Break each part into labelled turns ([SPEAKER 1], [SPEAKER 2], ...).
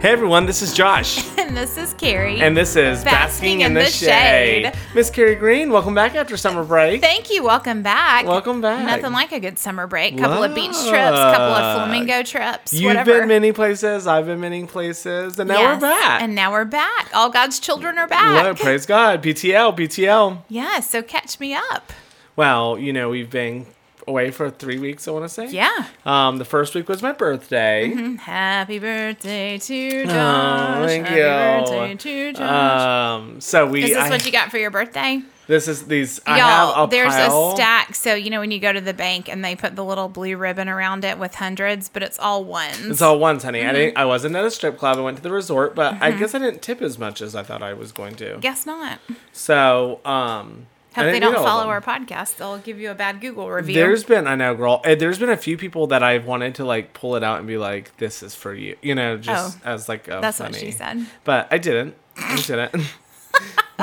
[SPEAKER 1] Hey everyone, this is Josh,
[SPEAKER 2] And this is Carrie.
[SPEAKER 1] and this is
[SPEAKER 2] Basking
[SPEAKER 1] Basking,
[SPEAKER 2] in
[SPEAKER 1] in the,
[SPEAKER 2] the
[SPEAKER 1] Shade.
[SPEAKER 2] Shade.
[SPEAKER 1] Miss Carrie Green, welcome back after summer break.
[SPEAKER 2] thank you. Welcome back.
[SPEAKER 1] Welcome back.
[SPEAKER 2] Nothing like a good summer break. Couple of beach trips, couple of
[SPEAKER 1] Look.
[SPEAKER 2] flamingo trips,
[SPEAKER 1] You've
[SPEAKER 2] whatever.
[SPEAKER 1] been many places, I've been many places, and now
[SPEAKER 2] Yes,
[SPEAKER 1] we're back.
[SPEAKER 2] And now we're back. All God's children are back.
[SPEAKER 1] Lord, praise God, PTL, PTL.
[SPEAKER 2] Yeah, so catch me up.
[SPEAKER 1] Well, you know we've been away for three weeks. I want to say.
[SPEAKER 2] Yeah. Mm-hmm, Mm,
[SPEAKER 1] Um, the first week was my birthday.
[SPEAKER 2] Happy birthday to Josh.
[SPEAKER 1] Oh, thank
[SPEAKER 2] Happy
[SPEAKER 1] you.
[SPEAKER 2] birthday to Josh.
[SPEAKER 1] Um, so we.
[SPEAKER 2] is this
[SPEAKER 1] I-
[SPEAKER 2] what you got for your birthday?
[SPEAKER 1] This is these. I have
[SPEAKER 2] Y'all,
[SPEAKER 1] a
[SPEAKER 2] there's
[SPEAKER 1] pile.
[SPEAKER 2] a stack. So, you know, when you go to the bank and they put the little blue ribbon around it with hundreds, but it's all ones.
[SPEAKER 1] It's all ones, honey.
[SPEAKER 2] Mm-hmm.
[SPEAKER 1] I didn't. I wasn't at a strip club. I went to the resort, but I guess I didn't tip as much as I thought I was going to.
[SPEAKER 2] Guess not.
[SPEAKER 1] So, um, I
[SPEAKER 2] Hope they
[SPEAKER 1] didn't
[SPEAKER 2] don't
[SPEAKER 1] eat all of
[SPEAKER 2] follow
[SPEAKER 1] them.
[SPEAKER 2] our podcast. They'll give you a bad Google review.
[SPEAKER 1] There's been, I know, girl. eh, There's been a few people that I've wanted to like pull it out and be like, "This is for you," you know, just
[SPEAKER 2] Oh.
[SPEAKER 1] as like a
[SPEAKER 2] That's
[SPEAKER 1] funny.
[SPEAKER 2] what she said.
[SPEAKER 1] But I didn't. I didn't.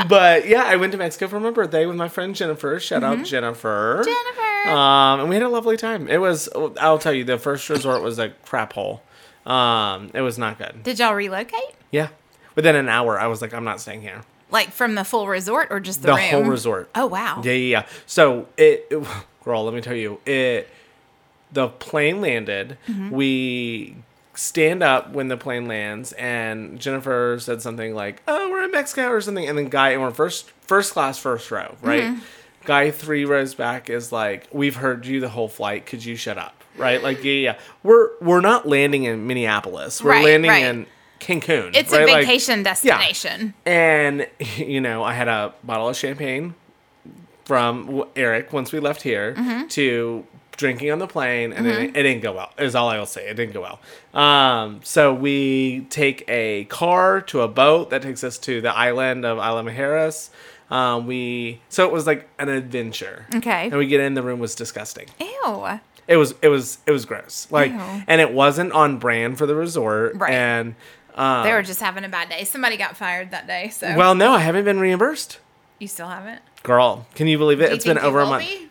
[SPEAKER 1] but yeah, I went to Mexico for my birthday with my friend Jennifer. Shout out Jennifer.
[SPEAKER 2] Mm-hmm. Jennifer.
[SPEAKER 1] Um, and we had a lovely time. It was. I'll tell you, the first resort was a crap hole. Um, it was not good.
[SPEAKER 2] Did y'all relocate?
[SPEAKER 1] Yeah. Within an hour, I was like, I'm not staying here.
[SPEAKER 2] Like from the full resort or just the,
[SPEAKER 1] The
[SPEAKER 2] room?
[SPEAKER 1] whole resort.
[SPEAKER 2] Oh wow.
[SPEAKER 1] Yeah, yeah, yeah. So it, it, girl, let me tell you, it. The plane landed.
[SPEAKER 2] Mm-hmm.
[SPEAKER 1] We stand up when the plane lands, and Jennifer said something like, "Oh, we're in Mexico" or something, and then guy, and we're first first class, first row, right?
[SPEAKER 2] Mm-hmm.
[SPEAKER 1] Guy three rows back is like, "We've heard you the whole flight. Could you shut up?" Right? Like, yeah, yeah. We're we're not landing in Minneapolis. We're
[SPEAKER 2] Right,
[SPEAKER 1] landing
[SPEAKER 2] right.
[SPEAKER 1] in Cancun.
[SPEAKER 2] It's
[SPEAKER 1] right?
[SPEAKER 2] a
[SPEAKER 1] Like-
[SPEAKER 2] vacation destination.
[SPEAKER 1] and you know i had a bottle of champagne from w- eric once we left here
[SPEAKER 2] Mm-hmm.
[SPEAKER 1] to drinking on the plane and then it, it didn't go well is all i'll say it didn't go well um, so we take a car to a boat that takes us to the island of isla mujeres um, we so it was like an adventure
[SPEAKER 2] Okay.
[SPEAKER 1] and we get in the room was disgusting
[SPEAKER 2] Ew.
[SPEAKER 1] it was it was it was gross like
[SPEAKER 2] Ew.
[SPEAKER 1] and it wasn't on brand for the resort
[SPEAKER 2] Right.
[SPEAKER 1] and um,
[SPEAKER 2] They were just having a bad day. Somebody got fired that day, so
[SPEAKER 1] well no i haven't been reimbursed
[SPEAKER 2] you still haven't.
[SPEAKER 1] Girl, can you believe it?
[SPEAKER 2] Do you
[SPEAKER 1] It's been
[SPEAKER 2] think you
[SPEAKER 1] over a
[SPEAKER 2] will
[SPEAKER 1] month.
[SPEAKER 2] be?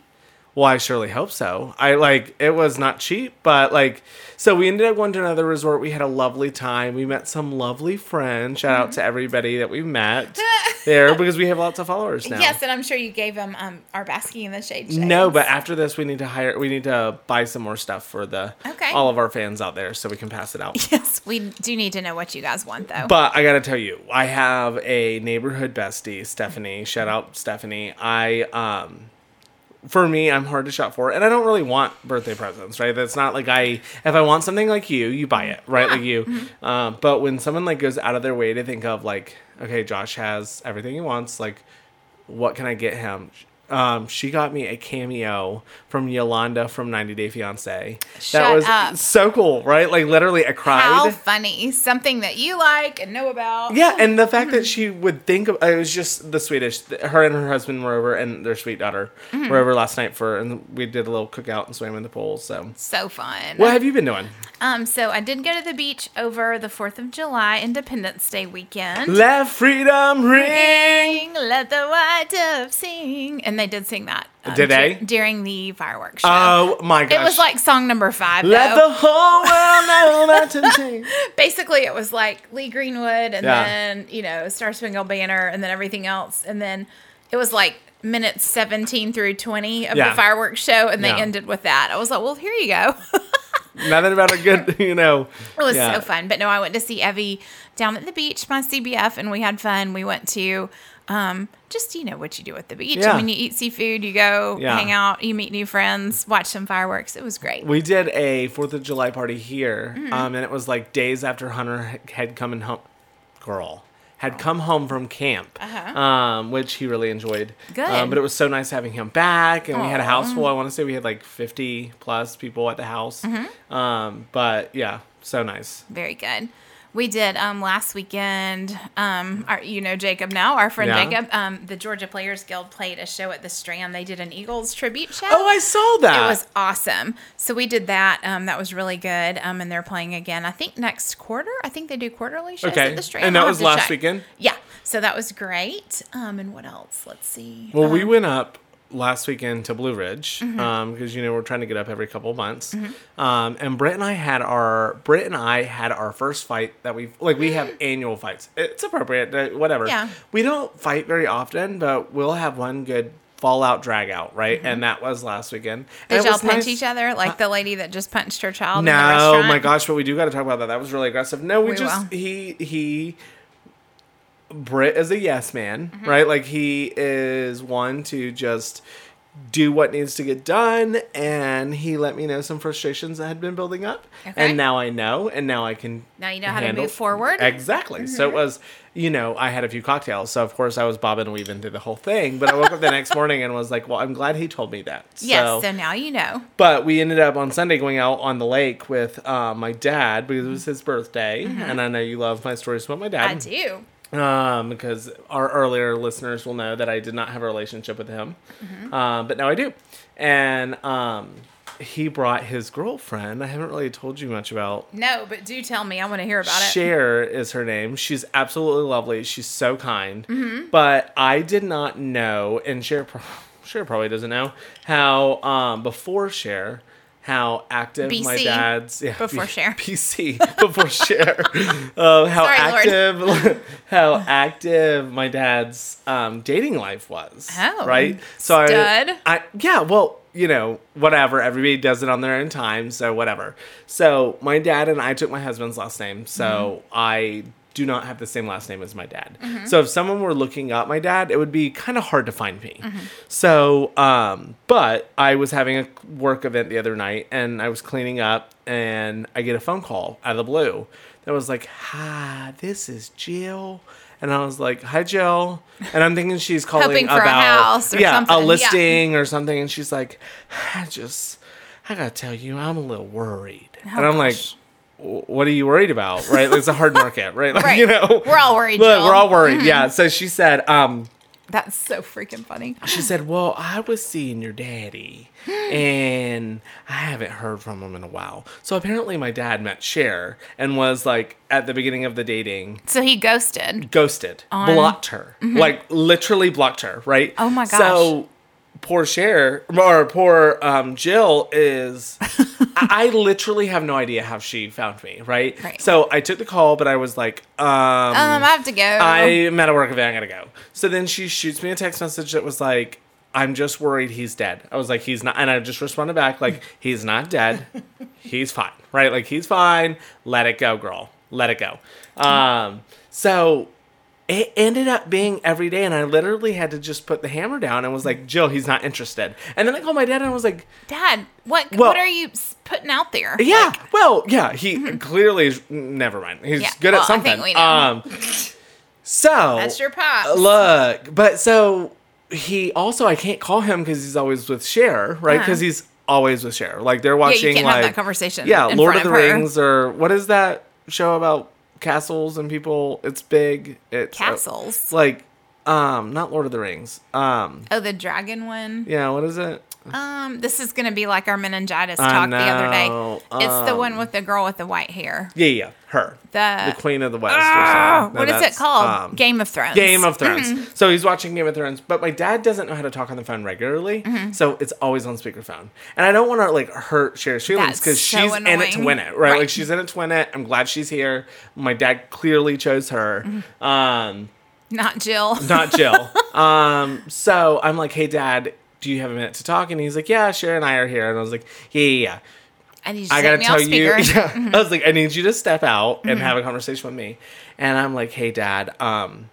[SPEAKER 1] Well, I surely hope so. I like it was not cheap, but like so we ended up going to another resort. We had a lovely time. We met some lovely friends. Shout out
[SPEAKER 2] Mm-hmm.
[SPEAKER 1] to everybody that we met there because we have lots of followers now.
[SPEAKER 2] Yes, and I'm sure you gave them um, our basking in the shade. shades.
[SPEAKER 1] No, but after this we need to hire we need to buy some more stuff for the
[SPEAKER 2] Okay.
[SPEAKER 1] all of our fans out there so we can pass it out.
[SPEAKER 2] yes, we do need to know what you guys want, though.
[SPEAKER 1] But I gotta tell you, I have a neighborhood bestie, Stephanie. Shout out Stephanie. I um for me, I'm hard to shop for, and I don't really want birthday presents, right? That's not like I. If I want something like you, you buy it, right? Like you.
[SPEAKER 2] Mm-hmm.
[SPEAKER 1] Uh, but when someone like goes out of their way to think of like, okay, Josh has everything he wants. Like, what can I get him? Um, she got me a cameo from Yolanda from 90 Day Fiance. that
[SPEAKER 2] Shut
[SPEAKER 1] was
[SPEAKER 2] up.
[SPEAKER 1] so cool, right? Like literally, I cried.
[SPEAKER 2] How funny! Something that you like and know about.
[SPEAKER 1] Yeah, and the fact
[SPEAKER 2] Mm-hmm.
[SPEAKER 1] that she would think of it was just the sweetest. Her and her husband were over, and their sweet daughter
[SPEAKER 2] Mm-hmm.
[SPEAKER 1] were over last night for, and we did a little cookout and swam in the pool. So,
[SPEAKER 2] So fun.
[SPEAKER 1] what have you been doing?
[SPEAKER 2] Um, so I did go to the beach over the Fourth of July Independence Day weekend.
[SPEAKER 1] Let freedom ring.
[SPEAKER 2] Sing, let the white dove sing, and they did sing that. um,
[SPEAKER 1] Did they?
[SPEAKER 2] dur- during the fireworks show?
[SPEAKER 1] Oh my gosh!
[SPEAKER 2] it was like song number five.
[SPEAKER 1] let
[SPEAKER 2] though.
[SPEAKER 1] the whole world know that today.
[SPEAKER 2] Basically, it was like Lee Greenwood, and
[SPEAKER 1] Yeah.
[SPEAKER 2] then you know Star Spangled Banner, and then everything else, and then it was like minutes seventeen through twenty of
[SPEAKER 1] Yeah.
[SPEAKER 2] the fireworks show, and they
[SPEAKER 1] Yeah.
[SPEAKER 2] ended with that. I was like, well, here you go.
[SPEAKER 1] Nothing about a good, you know.
[SPEAKER 2] It was
[SPEAKER 1] yeah.
[SPEAKER 2] so fun. But no, I went to see Evie down at the beach, my CBF, and we had fun. We went to um, just, you know, what you do at the beach.
[SPEAKER 1] Yeah.
[SPEAKER 2] When you eat seafood, you go
[SPEAKER 1] Yeah.
[SPEAKER 2] hang out, you meet new friends, watch some fireworks. It was great.
[SPEAKER 1] We did a Fourth of July party here,
[SPEAKER 2] Mm-hmm.
[SPEAKER 1] um, and it was like days after Hunter had come and home, girl had come home from camp,
[SPEAKER 2] Oh. Uh-huh.
[SPEAKER 1] um, which he really enjoyed.
[SPEAKER 2] Good.
[SPEAKER 1] Um, but it was so nice having him back, and we had a
[SPEAKER 2] Aw.
[SPEAKER 1] house full. I want to say we had like fifty plus people at the house.
[SPEAKER 2] Mm-hmm.
[SPEAKER 1] Um, but yeah, so nice.
[SPEAKER 2] Very good. We did um, last weekend. Um, our, you know Jacob now, our friend
[SPEAKER 1] Yeah.
[SPEAKER 2] Jacob. Um, the Georgia Players Guild played a show at the Strand. They did an Eagles tribute show.
[SPEAKER 1] Oh, I saw that.
[SPEAKER 2] It was awesome. So we did that. Um, that was really good. Um, and they're playing again. I think next quarter. I think they do quarterly shows
[SPEAKER 1] Okay.
[SPEAKER 2] at the Strand.
[SPEAKER 1] And that
[SPEAKER 2] I'll
[SPEAKER 1] was
[SPEAKER 2] have to
[SPEAKER 1] last
[SPEAKER 2] check.
[SPEAKER 1] weekend?
[SPEAKER 2] Yeah. So that was great. Um, and what else? Let's see.
[SPEAKER 1] well, we
[SPEAKER 2] Um,
[SPEAKER 1] went up last weekend to Blue Ridge because you know we're trying to get up every couple of months.
[SPEAKER 2] Mm-hmm.
[SPEAKER 1] Um, and Britt and I had our Britt and I had our first fight that we like we have annual fights. It's appropriate, uh, whatever.
[SPEAKER 2] Mm. Yeah.
[SPEAKER 1] We don't fight very often, but we'll have one good fallout drag out, right? And that was last weekend. And
[SPEAKER 2] Mm-hmm. Did
[SPEAKER 1] it
[SPEAKER 2] y'all
[SPEAKER 1] was
[SPEAKER 2] punch
[SPEAKER 1] nice-
[SPEAKER 2] each other like the lady that just punched her child? in the
[SPEAKER 1] no,
[SPEAKER 2] restaurant?
[SPEAKER 1] my gosh, but we do got to talk about that. That was really aggressive. No, we,
[SPEAKER 2] We
[SPEAKER 1] just
[SPEAKER 2] will.
[SPEAKER 1] he he. Britt is a yes man,
[SPEAKER 2] Mm-hmm.
[SPEAKER 1] right? Like he is one to just do what needs to get done, and he let me know some frustrations that had been building up,
[SPEAKER 2] Okay.
[SPEAKER 1] and now I know, and now I can.
[SPEAKER 2] Now you know how to move forward. Mm-hmm.
[SPEAKER 1] Exactly. So it was, you know, I had a few cocktails, so of course I was bobbing and weaving through the whole thing. But I woke up the next morning and was like, "Well, I'm glad he told me that."
[SPEAKER 2] Yes, so now you know.
[SPEAKER 1] But we ended up on Sunday going out on the lake with uh, my dad because it was his birthday, and I know you love my stories about my dad.
[SPEAKER 2] Mm-hmm. I do.
[SPEAKER 1] Um, because our earlier listeners will know that I did not have a relationship with him,
[SPEAKER 2] Mm-hmm.
[SPEAKER 1] uh, but now I do. And um, he brought his girlfriend. I haven't really told you much about.
[SPEAKER 2] No, but do tell me. I want to hear about it.
[SPEAKER 1] Cher is her name. She's absolutely lovely. She's so kind. But I did not know, and Cher, pro- Cher probably doesn't know how um, before Cher, how active my
[SPEAKER 2] BC,
[SPEAKER 1] dad's yeah,
[SPEAKER 2] before Cher.
[SPEAKER 1] PC before Cher, uh, how
[SPEAKER 2] Sorry,
[SPEAKER 1] active how active my dad's um, dating life was.
[SPEAKER 2] Oh,
[SPEAKER 1] right. So I-
[SPEAKER 2] stud.
[SPEAKER 1] I yeah, well, you know, whatever. Everybody does it on their own time, so whatever. So my dad and I took my husband's last name,
[SPEAKER 2] Mm-hmm.
[SPEAKER 1] so I do not have the same last name as my dad. So if someone were looking up my dad, it would be kind of hard to find me.
[SPEAKER 2] Mm-hmm.
[SPEAKER 1] So, um, but I was having a work event the other night, and I was cleaning up, and I get a phone call out of the blue that was like, "Hi, this is Jill." And I was like, "Hi, Jill," and I'm thinking she's calling
[SPEAKER 2] Hoping for a
[SPEAKER 1] about
[SPEAKER 2] house or
[SPEAKER 1] yeah,
[SPEAKER 2] something,
[SPEAKER 1] a
[SPEAKER 2] yeah.
[SPEAKER 1] listing thing or something and she's like i just i gotta tell you i'm a little worried and i'm
[SPEAKER 2] Oh, gosh.
[SPEAKER 1] like "W- what are you worried about right it's a hard market right like
[SPEAKER 2] Right.
[SPEAKER 1] you know
[SPEAKER 2] We're all worried, Mm-hmm.
[SPEAKER 1] Look,
[SPEAKER 2] Jill.
[SPEAKER 1] we're all worried yeah so she said um
[SPEAKER 2] That's so freaking funny.
[SPEAKER 1] she said well i was seeing your daddy
[SPEAKER 2] Hmm.
[SPEAKER 1] and i haven't heard from him in a while so apparently my dad met cher and was like at the beginning of the dating
[SPEAKER 2] So he ghosted.
[SPEAKER 1] ghosted, blocked her, like literally blocked her, right?
[SPEAKER 2] Mm-hmm. Oh my
[SPEAKER 1] So poor Cher or poor um, Jill is. I I literally have no idea how she found me, right?
[SPEAKER 2] Right.
[SPEAKER 1] So I took the call, but I was like, um,
[SPEAKER 2] Um, I have to go.
[SPEAKER 1] I'm at a work event, I gotta go. So then she shoots me a text message that was like, I'm just worried he's dead. I was like, he's not, and I just responded back, like, he's not dead. he's fine, right? Like, he's fine. Let it go, girl. Let it go. Um, so it ended up being every day, and I literally had to just put the hammer down and was like, Jill, he's not interested. And then I called my dad and I was like,
[SPEAKER 2] Dad, what
[SPEAKER 1] Well-
[SPEAKER 2] what are you s- putting out there?
[SPEAKER 1] yeah. well, yeah. He clearly is. Never mind. He's
[SPEAKER 2] Mm-hmm. Yeah,
[SPEAKER 1] good
[SPEAKER 2] well,
[SPEAKER 1] at
[SPEAKER 2] I think
[SPEAKER 1] something.
[SPEAKER 2] we know.
[SPEAKER 1] Um. So
[SPEAKER 2] That's your pops.
[SPEAKER 1] Uh, Look, but so he also I can't call him because he's always with Cher, right?
[SPEAKER 2] Uh-huh.
[SPEAKER 1] Because he's always with Cher. Like they're
[SPEAKER 2] Yeah,
[SPEAKER 1] watching.
[SPEAKER 2] you can't
[SPEAKER 1] like
[SPEAKER 2] have that conversation.
[SPEAKER 1] yeah,
[SPEAKER 2] in
[SPEAKER 1] Lord of
[SPEAKER 2] front
[SPEAKER 1] the
[SPEAKER 2] her.
[SPEAKER 1] Rings or what is that show about castles and people? It's big. It's uh,
[SPEAKER 2] Castles?
[SPEAKER 1] like, um, not Lord of the Rings. Um,
[SPEAKER 2] Oh, the dragon one.
[SPEAKER 1] yeah, what is it?
[SPEAKER 2] Um, this is gonna be like our meningitis
[SPEAKER 1] I
[SPEAKER 2] talk the other day.
[SPEAKER 1] know, Um,
[SPEAKER 2] it's the one with the girl with the white hair.
[SPEAKER 1] Yeah, yeah, her,
[SPEAKER 2] The,
[SPEAKER 1] the Queen of the West.
[SPEAKER 2] Ah,
[SPEAKER 1] or something. No,
[SPEAKER 2] what is it
[SPEAKER 1] that's,
[SPEAKER 2] called?
[SPEAKER 1] um,
[SPEAKER 2] Game of Thrones.
[SPEAKER 1] Game of Thrones.
[SPEAKER 2] Mm-hmm.
[SPEAKER 1] So he's watching Game of Thrones, but my dad doesn't know how to talk on the phone regularly,
[SPEAKER 2] Mm-hmm.
[SPEAKER 1] so it's always on speakerphone. And I don't want to like hurt Cher's feelings
[SPEAKER 2] That's
[SPEAKER 1] because
[SPEAKER 2] so
[SPEAKER 1] she's in it to
[SPEAKER 2] annoying.
[SPEAKER 1] win it, right?
[SPEAKER 2] Right.
[SPEAKER 1] Like she's in it to win it. I'm glad she's here. My dad clearly chose her,
[SPEAKER 2] Mm-hmm.
[SPEAKER 1] um,
[SPEAKER 2] Not Jill.
[SPEAKER 1] not Jill. um, so I'm like, hey, dad, do you have a minute to talk? And he's like, yeah, Cher and I are here. And I was like, yeah, yeah, yeah.
[SPEAKER 2] And he's
[SPEAKER 1] I gotta
[SPEAKER 2] got me
[SPEAKER 1] tell
[SPEAKER 2] off
[SPEAKER 1] you,
[SPEAKER 2] speaker. Mm-hmm.
[SPEAKER 1] yeah, I was like, I need you to step out and have a conversation with me. And I'm like, hey, dad, um,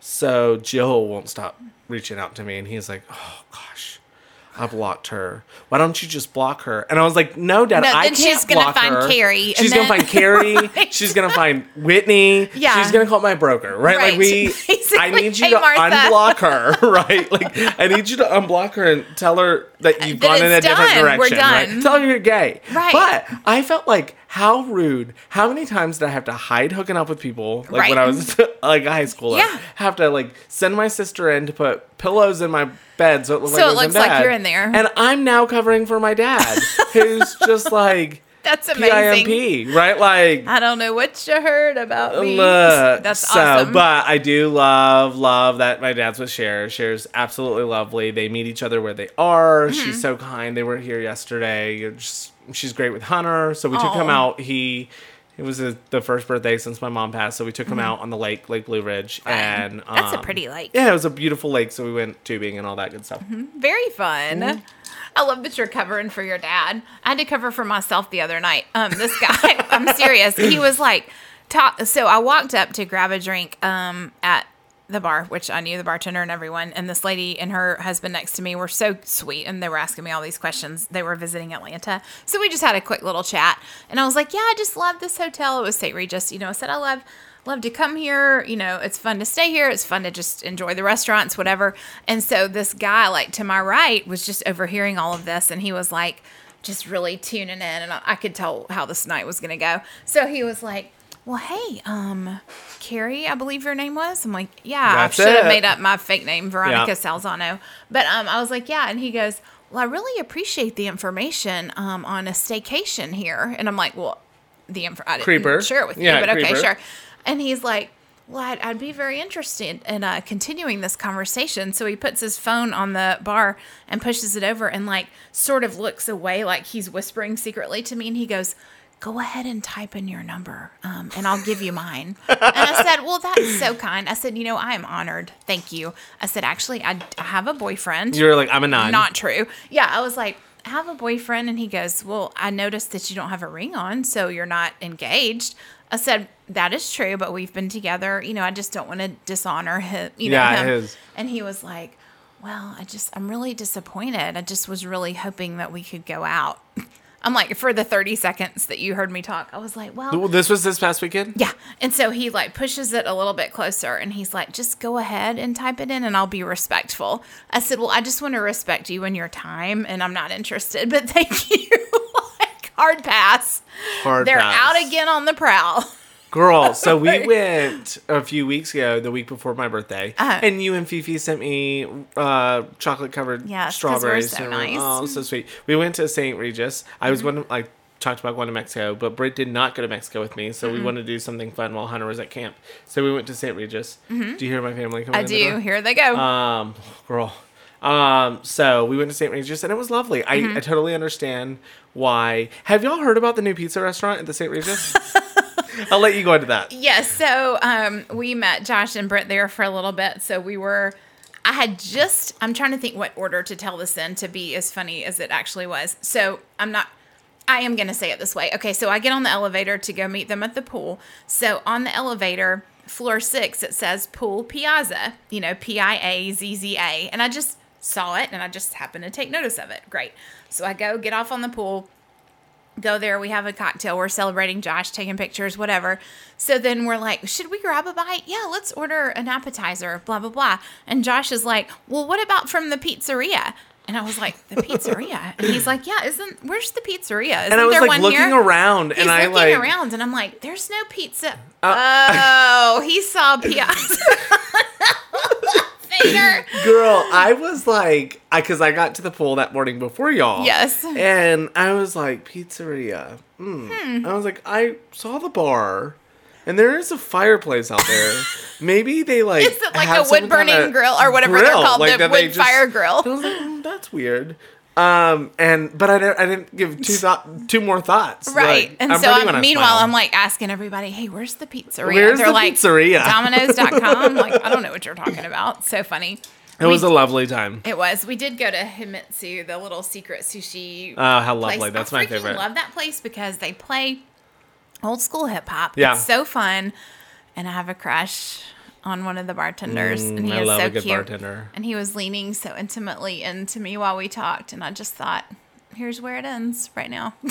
[SPEAKER 1] so Jill won't stop reaching out to me. And he's like, oh, gosh, I blocked her. Why don't you just block her? And I was like, no, dad,
[SPEAKER 2] No,
[SPEAKER 1] I
[SPEAKER 2] then
[SPEAKER 1] can't
[SPEAKER 2] she's gonna
[SPEAKER 1] block
[SPEAKER 2] find
[SPEAKER 1] her.
[SPEAKER 2] Carrie, and
[SPEAKER 1] She's
[SPEAKER 2] then-
[SPEAKER 1] gonna find Carrie.
[SPEAKER 2] Right.
[SPEAKER 1] She's gonna find Whitney.
[SPEAKER 2] Yeah.
[SPEAKER 1] She's gonna call my broker, right?
[SPEAKER 2] Right.
[SPEAKER 1] Like, we, I
[SPEAKER 2] Basically,
[SPEAKER 1] need you
[SPEAKER 2] hey,
[SPEAKER 1] to
[SPEAKER 2] Martha.
[SPEAKER 1] unblock her, right? Like, I need you to unblock her and tell her that you've
[SPEAKER 2] That
[SPEAKER 1] gone in a
[SPEAKER 2] it's
[SPEAKER 1] different
[SPEAKER 2] done. We're
[SPEAKER 1] direction. right?
[SPEAKER 2] done.
[SPEAKER 1] tell her you're gay.
[SPEAKER 2] Right.
[SPEAKER 1] But I felt like how rude. How many times did I have to hide hooking up with people like when
[SPEAKER 2] Right.
[SPEAKER 1] I was like a high schooler?
[SPEAKER 2] Yeah.
[SPEAKER 1] Have to like send my sister in to put pillows in my bed so it looks
[SPEAKER 2] So
[SPEAKER 1] like I
[SPEAKER 2] it
[SPEAKER 1] was
[SPEAKER 2] looks like
[SPEAKER 1] bed.
[SPEAKER 2] you're in there.
[SPEAKER 1] And I'm now covering for my dad, who's just like
[SPEAKER 2] That's amazing.
[SPEAKER 1] PIMP, right? Like
[SPEAKER 2] I don't know what you heard about me.
[SPEAKER 1] Look,
[SPEAKER 2] That's
[SPEAKER 1] so,
[SPEAKER 2] awesome.
[SPEAKER 1] But I do love, love that my dad's with Cher. Cher's absolutely lovely. They meet each other where they are.
[SPEAKER 2] Mm-hmm.
[SPEAKER 1] She's so kind. They were here yesterday. You're just- she's great with Hunter. So we took him
[SPEAKER 2] Aw.
[SPEAKER 1] out. He. It was his- the first birthday since my mom passed, so we took him out on the lake, Lake Blue Ridge, and
[SPEAKER 2] Mm-hmm. That's a
[SPEAKER 1] um,
[SPEAKER 2] pretty lake. Mm-hmm.
[SPEAKER 1] Yeah, it was a beautiful lake, so we went tubing and all that good stuff.
[SPEAKER 2] Very fun. I love that you're covering for your dad. I had to cover for myself the other night. Um, this guy, I'm serious. He was like, talk. So I walked up to grab a drink um, at the bar, which I knew the bartender and everyone. And this lady and her husband next to me were so sweet, and they were asking me all these questions. They were visiting Atlanta, so we just had a quick little chat. And I was like, "Yeah, I just love this hotel. It was St. Regis. You know, I said I love." love to come here. You know, it's fun to stay here. It's fun to just enjoy the restaurants, whatever. And so this guy, like to my right, was just overhearing all of this, and he was like, just really tuning in, and I I could tell how this night was gonna go. So he was like. Well, hey, um, Carrie, I believe your name was. I'm like, yeah,
[SPEAKER 1] That's
[SPEAKER 2] I should have
[SPEAKER 1] it.
[SPEAKER 2] made up my fake name, Veronica
[SPEAKER 1] Yeah.
[SPEAKER 2] Salzano. But um, I was like, yeah, and he goes, well, I really appreciate the information um on a staycation here, and I'm like, well, the info, I didn't
[SPEAKER 1] Creeper.
[SPEAKER 2] share it with you,
[SPEAKER 1] Yeah,
[SPEAKER 2] but okay,
[SPEAKER 1] creeper.
[SPEAKER 2] sure. And he's like, well, I'd, I'd be very interested in uh, continuing this conversation. So he puts his phone on the bar and pushes it over and, like, sort of looks away, like he's whispering secretly to me. And he goes, Go ahead and type in your number um, and I'll give you mine. and I said, Well, that's so kind. I said, You know, I am honored. Thank you. I said, Actually, I, I have a boyfriend
[SPEAKER 1] You were like, I'm a nine.
[SPEAKER 2] not true. Yeah, I was like, I have a boyfriend, and he goes, Well, I noticed that you don't have a ring on, so you're not engaged. I said, That is true, but we've been together. You know, I just don't want to dishonor him. You know,
[SPEAKER 1] Yeah,
[SPEAKER 2] him.
[SPEAKER 1] his-
[SPEAKER 2] And he was like, Well, I just, I'm really disappointed. I just was really hoping that we could go out. I'm like, For the 30 seconds that you heard me talk, I was like, Well,
[SPEAKER 1] Well, this was this past weekend.
[SPEAKER 2] yeah. And so he like pushes it a little bit closer and he's like, just go ahead and type it in and I'll be respectful. I said, well, I just want to respect you and your time and I'm not interested, but thank you. like, hard pass.
[SPEAKER 1] Hard
[SPEAKER 2] They're
[SPEAKER 1] pass.
[SPEAKER 2] out again on the prowl.
[SPEAKER 1] Girl, so we went a few weeks ago, the week before my birthday,
[SPEAKER 2] Uh-huh.
[SPEAKER 1] and you and Fifi sent me uh, chocolate covered
[SPEAKER 2] Yes, 'cause we're
[SPEAKER 1] strawberries.
[SPEAKER 2] so
[SPEAKER 1] and we-
[SPEAKER 2] nice. Mm-hmm.
[SPEAKER 1] Oh, so sweet. We went to St. Regis. I was going to, I talked about going to Mexico, but Britt did not go to Mexico with me,
[SPEAKER 2] Mm-hmm.
[SPEAKER 1] so we wanted to do something fun while Hunter was at camp. So we went to St. Regis. Do you hear my family coming
[SPEAKER 2] Mm-hmm. I
[SPEAKER 1] in the
[SPEAKER 2] do.
[SPEAKER 1] door?
[SPEAKER 2] Here they go.
[SPEAKER 1] Um, girl. Um, so we went to St. Regis and it was lovely. I,
[SPEAKER 2] Mm-hmm.
[SPEAKER 1] I totally understand why. Have y'all heard about the new pizza restaurant at the St. Regis? I'll let you go into that.
[SPEAKER 2] Yes. So um, we met Josh and Britt there for a little bit. So we were, I had just, I'm trying to think what order to tell this in to be as funny as it actually was. So I'm not, I am going to say it this way. Okay. So I get on the elevator to go meet them at the pool. So on the elevator, floor six, it says Pool Piazza, you know, P I A Z Z A. And I just saw it and I just happened to take notice of it. Great. So I go get off on the pool go there. We have a cocktail. We're celebrating Josh, taking pictures, whatever. So then we're like, should we grab a bite? Yeah, let's order an appetizer, blah, blah, blah. And Josh is like, well, what about from the pizzeria? And I was like, the pizzeria? And he's like, yeah, isn't, where's the pizzeria? Isn't
[SPEAKER 1] And I was
[SPEAKER 2] there
[SPEAKER 1] like
[SPEAKER 2] one
[SPEAKER 1] looking
[SPEAKER 2] here?
[SPEAKER 1] around
[SPEAKER 2] He's
[SPEAKER 1] and I
[SPEAKER 2] looking
[SPEAKER 1] like
[SPEAKER 2] around and I'm like, there's no pizza.
[SPEAKER 1] Uh,
[SPEAKER 2] oh, he saw Piazza. Finger.
[SPEAKER 1] girl, I was like I cuz I got to the pool that morning before y'all.
[SPEAKER 2] Yes.
[SPEAKER 1] And I was like pizzeria.
[SPEAKER 2] Hmm.
[SPEAKER 1] Mm. I was like I saw the bar and there is a fireplace out there. Maybe they like
[SPEAKER 2] Is it like
[SPEAKER 1] have
[SPEAKER 2] a
[SPEAKER 1] some
[SPEAKER 2] wood burning
[SPEAKER 1] kinda
[SPEAKER 2] grill or whatever they're
[SPEAKER 1] grill,
[SPEAKER 2] called?
[SPEAKER 1] like,
[SPEAKER 2] the
[SPEAKER 1] that they
[SPEAKER 2] wood
[SPEAKER 1] just-
[SPEAKER 2] fire grill.
[SPEAKER 1] I was like, "Mm, that's weird. Um, and but I, didn't- I didn't give two thought two more thoughts.
[SPEAKER 2] Right.
[SPEAKER 1] Like,
[SPEAKER 2] and
[SPEAKER 1] I'm
[SPEAKER 2] so
[SPEAKER 1] pretty
[SPEAKER 2] I'm,
[SPEAKER 1] when I
[SPEAKER 2] meanwhile,
[SPEAKER 1] smile.
[SPEAKER 2] I'm like asking everybody, hey, where's the pizzeria?
[SPEAKER 1] Where's
[SPEAKER 2] They're
[SPEAKER 1] the
[SPEAKER 2] like,
[SPEAKER 1] pizzeria?
[SPEAKER 2] Domino's.com. like, I don't know what you're talking about. So funny.
[SPEAKER 1] it was a
[SPEAKER 2] we,
[SPEAKER 1] lovely time.
[SPEAKER 2] It was. We did go to Himitsu, the little secret sushi.
[SPEAKER 1] Oh, how lovely.
[SPEAKER 2] place.
[SPEAKER 1] That's
[SPEAKER 2] I
[SPEAKER 1] my
[SPEAKER 2] freaking
[SPEAKER 1] favorite.
[SPEAKER 2] love that place because they play old school hip hop.
[SPEAKER 1] Yeah.
[SPEAKER 2] It's so fun. And I have a crush on one of the bartenders. and he
[SPEAKER 1] Mm, I
[SPEAKER 2] is
[SPEAKER 1] love
[SPEAKER 2] so
[SPEAKER 1] a good
[SPEAKER 2] cute.
[SPEAKER 1] bartender.
[SPEAKER 2] And he was leaning so intimately into me while we talked. And I just thought, here's where it ends right now.